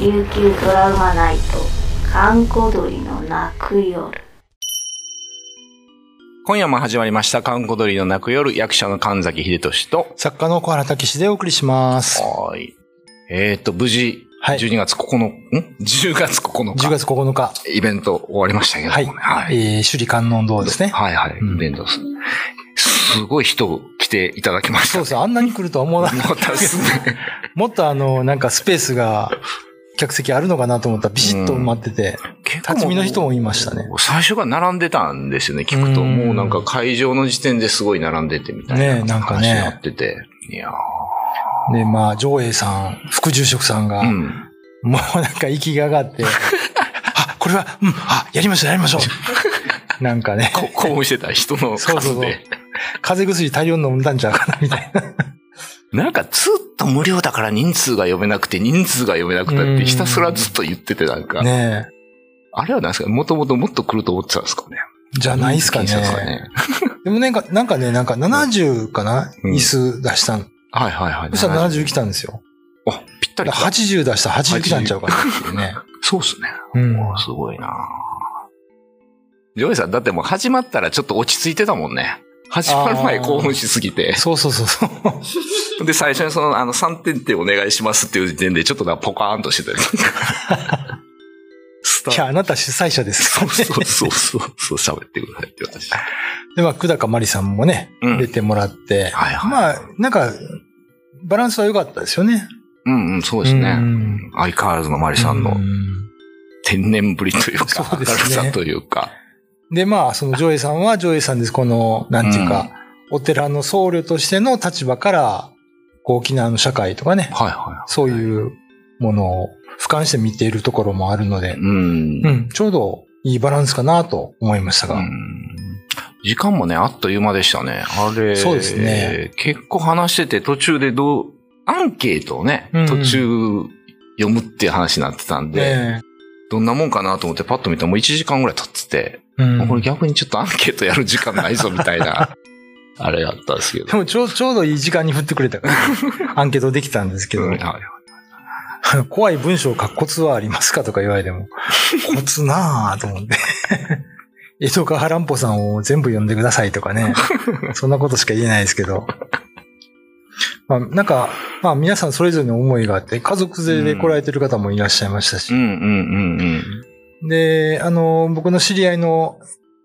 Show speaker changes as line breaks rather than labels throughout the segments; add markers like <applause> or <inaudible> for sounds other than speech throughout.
琉球ドラマナイト閑古鳥の泣く夜
今夜も始まりました、韓国鳥の泣く夜、役者の神崎秀俊と、
作家の小原武史でお送りします。
はーい。えーと、無事、
はい
12月9日、ん ?10 月9日。
10月9日、
イベント終わりましたけどもね。
は
はい。
い、えー、首里観音堂ですね。
はいはい。
うん
イベントです。すごい人来ていただきまし
そ
た
う。そう、あんなに来るとは思わなか
思
っ
ったたっ
です
す
けど、 <laughs>
ね。
もっとあの、なんかスペースが、客席あるのかなと思ったらビシッと埋まってて、
結
立ち見の人もいましたね。
最初が並んでたんですよね、聞くと。
うん
もうなんか会場の時点ですごい並んでてみた
ね
い
え
な
なんかね
話になってて。いや
で、まあ、上映さん、副住職さんが、
ーう
<laughs>
ん。
もうなんか息が上が <laughs> って、あ、これは、うん、あ、やりましょう、やりましょ <laughs> う。なんかね、
こ <laughs> 興奮してた人の
そうそう
数
そう
で。
風邪薬大量に飲んだんちゃうかな、みたいな。
なんかずっと無料だから人数が読めなくて、人数が読めなくてっ
うん
てひたすらずっと言っててなんか、
ね
あれは何ですかもともともっと来ると思ってたんですかね。
え、じゃないっすかね。
検索がね。
でもなんか、なんかね、なんか70かな、
うん
椅子出したん。
はいはいはい。
そしたら70来たんですよ。
あ、ぴったり
だから
か。
80出したら80来たんちゃうかなっていうね。
そうっすね。
うん。
おーすごいなぁジョイさん、だってもう始まったらちょっと落ち着いてたもんね。始まる前
あー
興奮しすぎて。
そうそうそうそう。
で、最初にその、あの、3点ってお願いしますっていう時点で、ちょっとなんかポカーンとしてた
<laughs>
よスタ
いや、あなた主催者ですからね。
そうそうそう、そう喋ってくださいって私。は
で、まあ、久高まりさんもね、
うん
出てもらって。
いはい。
まあ、なんか、バランスは良かったですよね。
うんうん、そうです
う
ね
ん。
相変わらずのマリさんの
うん
天然ぶりというか、
そう
明
で
る
すね
さというか。
で、まあ、その上映さんは上映さんです。この、なんていうか、お寺の僧侶としての立場から、こう、沖縄の社会とかね、
はいは
そういうものを俯瞰して見ているところもあるの
い。、
で
うん
う。ん、ちょうどいいバランスかなと思いました
う
が。
ん時間もね、あっという間でしたね。あれ。
そうですね。
結構話してて、途中でどう、アンケートをね、
うん
途中読むっていう話になってたんで、
ね
どんなもんかなと思ってパッと見たらもう1時間ぐらい経ってて、
えうん
これ逆にちょっとアンケートやる時間ないぞみたいな、あれだったんですけど
で。もちょうちょうどいい時間に振ってくれたから、アンケートできたんですけど
うん、はい
怖い文章を書くコツはありますかとか言われても、コツなぁと思って。江戸川乱歩さんを全部読んでくださいとかね。そんなことしか言えないですけど。まあ、なんか、まあ皆さんそれぞれの思いがあって、家族連れで来られてる方もいらっしゃいましたし
うん、うんうんうん。
で、あの、僕の知り合いの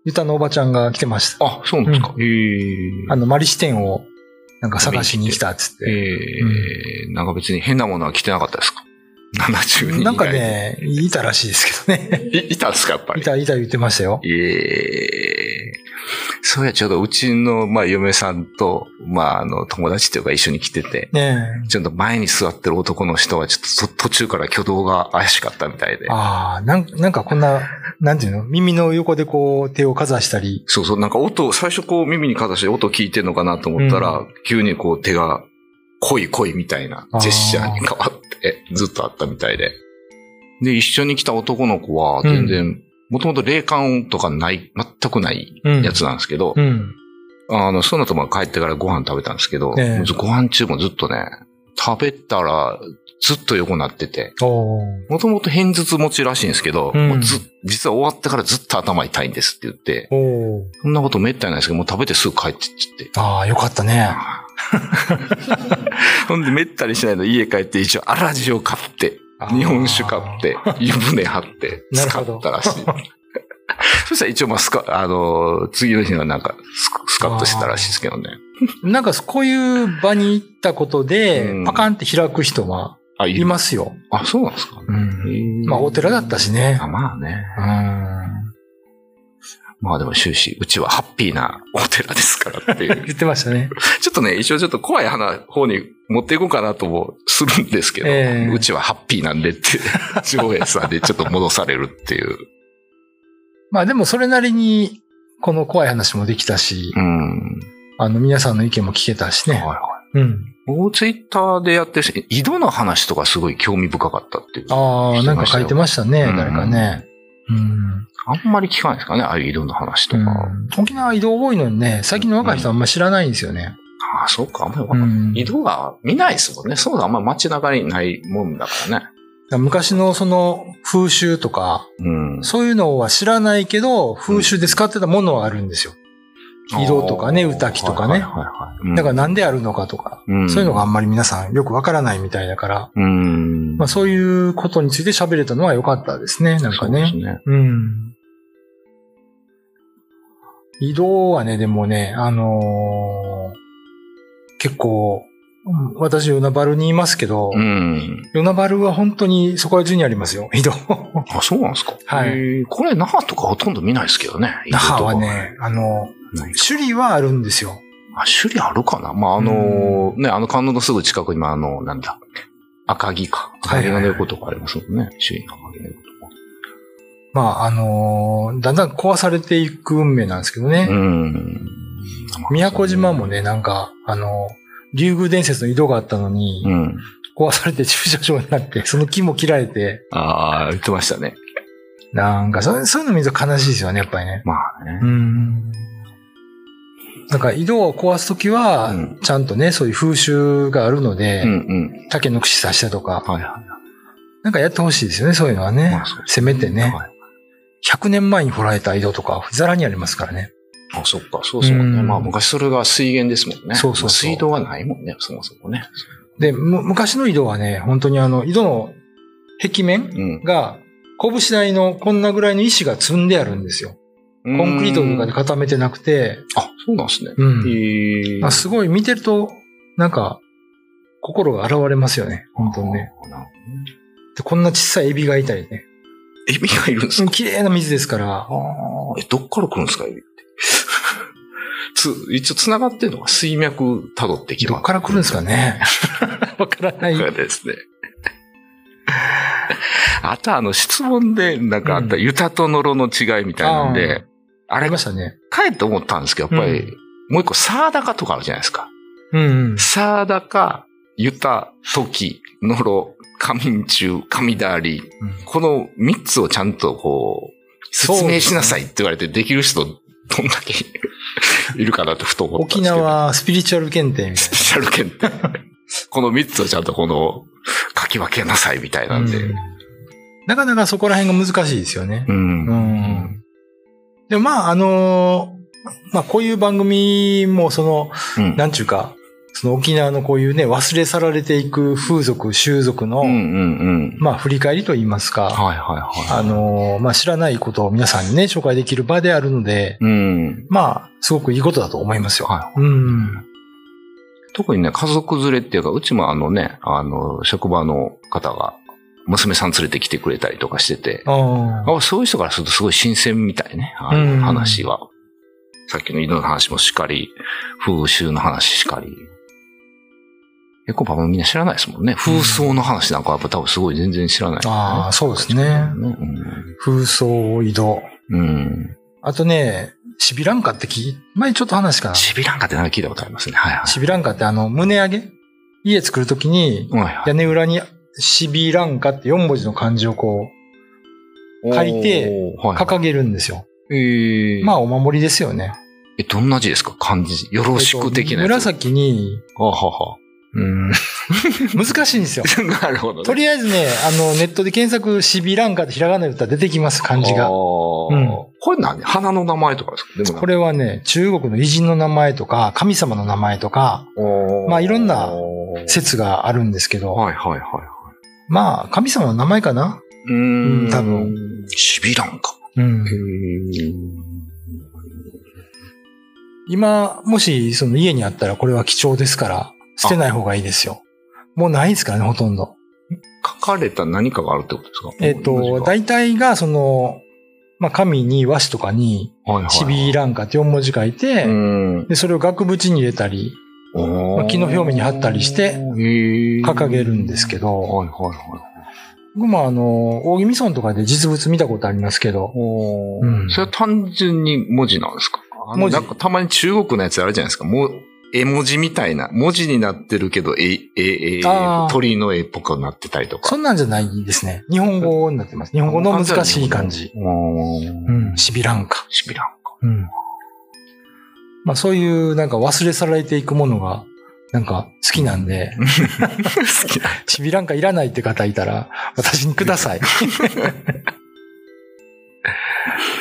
ユタのおばちゃんが来てました。
あ、そうなんですか。へー
あの、マリ支店をなんか探しに来たっつっ
え
て。
えなんか別に変なものは着てなかったですか ?72 人。
なんか。ね、いたらしいですけ
<laughs>
どね。
い、いたんですか、やっぱり。
いた、いた言ってましたよ。
ええそういや、ちょうどうちの、まあ、嫁さんと、まあ、あの、友達というか一緒に来てて、
ね
ちょっと前に座ってる男の人は、ちょっとそ途中から挙動が怪しかったみたいで
え。。ああ、なんなんかこんな、なんていうの耳の横でこう手をかざしたり。
そうそう、なんか音を、最初こう耳にかざして音聞いてんのかなと思ったら、
う
急にこう手が、濃い濃いみたいなジェスチャーに変わって、 <laughs> ずっとあったみたいで。で、一緒に来た男の子は、全然、もともと霊感とかない、全くない
うん
やつなんですけど、
うん。
あの、その後まあ帰ってからご飯食べたんですけど、
ええ
もうずご飯中もずっとね、食べたら、ずっと横になってて、
おー
もともと偏頭痛持ちらしいんですけど、
うん
もうず実は終わってからずっと頭痛いんですって言って、
おー
そんなことめったにないですけど、もう食べてすぐ帰ってっちゃって。 <laughs>
ああ、よかったね。
ほんで、めったにしないの家帰って一応、アラジを買って
あ、ー
日本酒買
<laughs>
って、湯船張って、
なる
使
ほ
っ
ど
たらしい。 <laughs> そしたら一応、まあ、スカ、あの、次の日はなんかスカ、スカッとしてたらしいですけどね。
なんかこういう場に行ったことで
うん、
パカンって開く人は
あ、い
い
る
ますよ。
あ、そうなんですか、
うん。まあお寺だったしね
あ。まあね。
うん。
まあでも終始、うちはハッピーなお寺ですからっていう。
言ってましたね。
ちょっとね、一応ちょっと怖い話方に持っていこうかなともするんですけど、
ええ
うちはハッピーなん
<laughs>
でって、上映さんでちょっと戻されるっていう。
まあでもそれなりに、この怖い話もできたし、
うん。
あの皆さんの意見も聞けたし
はい
ね。
は
うん。
い。僕ツイッターでやってるし、井戸の話とかすごい興味深かったっていう。あ
ああ、なんか書いてましたね、
うん
誰かね。うん。
んまり聞かないですかね、ああいう井戸の話と
う
か。
ん沖縄移動多いのにね、最近の若い人はあんま知らないんですよね。
ああ、そうか、あんまりわか
うん
ない。
ん。
井戸は見ないですもんね。そうだ、あんまり街中にないもんだからね。
ら昔のその風習とか、
うん。
そういうのは知らないけど、風習で使ってたものはあるんですよ。色とかね
あー
歌きとかね
はいはいはいはい
だからなんであるのかとか、
うん
そういうのがあんまり皆さんよくわからないみたいだから、
うん。
まあそういうことについて喋れたのは良かったですね、なんかね。
そうですね。
うん。移動はね、でもね、あのー結構、うん私、ヨナバルにいますけど、
うん。
ヨナバルは本当にそこら中にありますよ、移動。
あ、そうなんですか。
はい
い。これ、那覇とかほとんど見ないですけどね。
那覇はね、あの、
移動とか。ない
種類はあるんですよ。
あ、種類あるかなまあ、あの、ね、あの観音のすぐ近くに、まあ、あの、なんだ、赤木か。赤
はいは
木
いはい
の横とかありますもんね。種類の赤木の横と
まあ、あのーだんだん壊されていく運命なんですけどね。
か。うん。
宮古島もね、なんか、あのー竜宮伝説の井戸があったのに、
うん。
壊されて駐車場になって、その木も切られて、
ああ、言ってましたね。
なんか、そそういうの見ると悲しいですよね、やっぱりね。
まあね
う。ん。なんか、井戸を壊すときは、
うん
ちゃんとね、そういう風習があるので、
うんうん。
竹の串刺したとか、
はいはい。
なんかやってほしいですよね、そういうのはね。
まあそう
せめてね、
はい
100年前に掘られた井戸とか、ざらにありますからね。
あ、そっか、そうそう、ね
うん
まあ、昔それが水源ですもんね。
そうそうそう
まあ水道はないもんね、そもそもね。
で、む昔の井戸はね、本当にあの、井戸の壁面
うん。
が、拳台のこんなぐらいの石が積んであるんですよ。コンクリートとか
うん
で固めてなくて、
あ、そうなんですね。
うん
へえ
あすごい見てると、なんか、心が現れますよね。本当にね。。
あなんか
でこんな小さいエビがいたりね。
エビがいるんです
うん
か、
綺麗な水ですから。
ああ、え、どっから来るんですか、エビって。 <laughs> つ、一応繋がってるのが水脈辿ってきます。
どっから来るんですかね。わからない。
そうですね。 <laughs> あとあの質問でなんかあった、
うん
ユタとノロの違いみたいなんで、あ
あり
れ
ま、したね。
かえって思ったんですけど、やっぱり、
う
もう一個、サーダカとかあるじゃないですか。
うんうん。
サーダカ、ユタ、トキ、ノロ、カミンチュウ、カミダーリ。この3つをちゃんとこう、説明しなさいって言われてできる人どんだけいるかなってふと思ったんです
沖
けど。
縄スピリチュアル検定みた
スペシャル検定。この3つをちゃんとこの、書き分けなさいみたいない
な。
んで。
うんなかなかそこら辺が難しいですよね
う。ん。
う。ん。でもまあ、あのーまあこういう番組もその、
うん。
なんちゅうか、その沖縄のこういうね、忘れ去られていく風俗、習俗の、
うんうんうん。
まあ振り返りと言いますか、
はいはいはい。
あのーまあ、知らないことを皆さんにね、紹介できる場であるので、
うん。
まあ、すごくいいことだと思いますよ。
はい。
うん。
特にね、家族連れっていうか、うちもあのね、あの、職場の方が、娘さん連れてきてくれたりとかしてて、
ああ。
あそういう人からするとすごい新鮮みたいね、あ
うん
の話は。さっきの犬の話もしかり、風習の話しかり。結構パパみんな知らないですもんね。風葬の話なんかはやっぱ多分すごい全然知らない、
ああ、そうですね。
ね。
風葬移動。
うん。うん。
あとね、シビランカって聞い、前ちょっと話したかな。
シビランカってなんか聞いたことありますね。はいはい。
シビランカってあの、胸上げ家作るときに、
はいは
屋根裏にシビランカって4文字の漢字をこ
い
書いて、
おー
う、
はいは
掲げるんですよ。
い、えー
まあ、お守りですよね。
え、どんな字ですか漢字。よろしく的な
えっと
やつ。
紫に、
あはは。
うん、難しいんですよ。
<laughs> なるほど、ね。
とりあえずね、あの、ネットで検索シビランカってひらがなで打ったら出てきます、漢字が。
あー
こうん
これ何花の名前とかですかでもなんか
れはね、中国の偉人の名前とか、神様の名前とか、まあいろんな説があるんですけど、
はいはいはい。
まあ、神様の名前かな
うー
うん
ん。
多分。
シビランカ。
うん。今、もし、その家にあったらこれは貴重ですから、捨てない方がいいですよ。もうないですからね、ほとんど。
書かれた何かがあるってことですか
えっ、と、
大
大体が、その、まあ、神に和紙とかに、シビ
ラ
ランカって4文字書いて、
ン
で、それを額縁に入れたり、まあ木の表面に貼ったりして掲
掲
げるんですけど
はいはいはい。
僕もあの、大宜味村とかで実物見たことありますけど、
お
うん
それは単純に文字なんですかあの
文字
なんかたまに中国のやつあるじゃないですか。もう絵文字みたいな。文字になってるけど、え、え、え
あー、
鳥の絵っぽくなってたりとか
そ。んなんじゃないですね。日本語になってます。日本語の難しい漢字。
おー
うん、シビランカ。
シビランカ。
うん。まあそういうなんか忘れ去られていくものがなんか好きなんで、
好きな。
シビランカいらないって方いたら、私にく
<laughs>
ださい。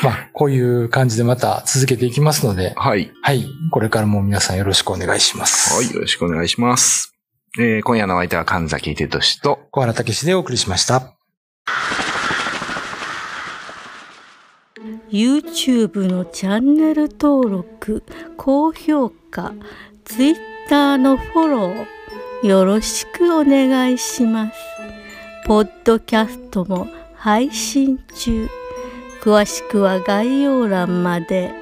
まあ、こういう感じでまた続けていきますので、
はい。
はい。これからも皆さんよろしくお願いします。
はい、よろしくお願いします。えー、今夜のお相手は神崎秀俊と、
小原武史でお送りしました。
<laughs> YouTube のチャンネル登録高評価 Twitter のフォローよろしくお願いしますポッドキャストも配信中詳しくは概要欄まで。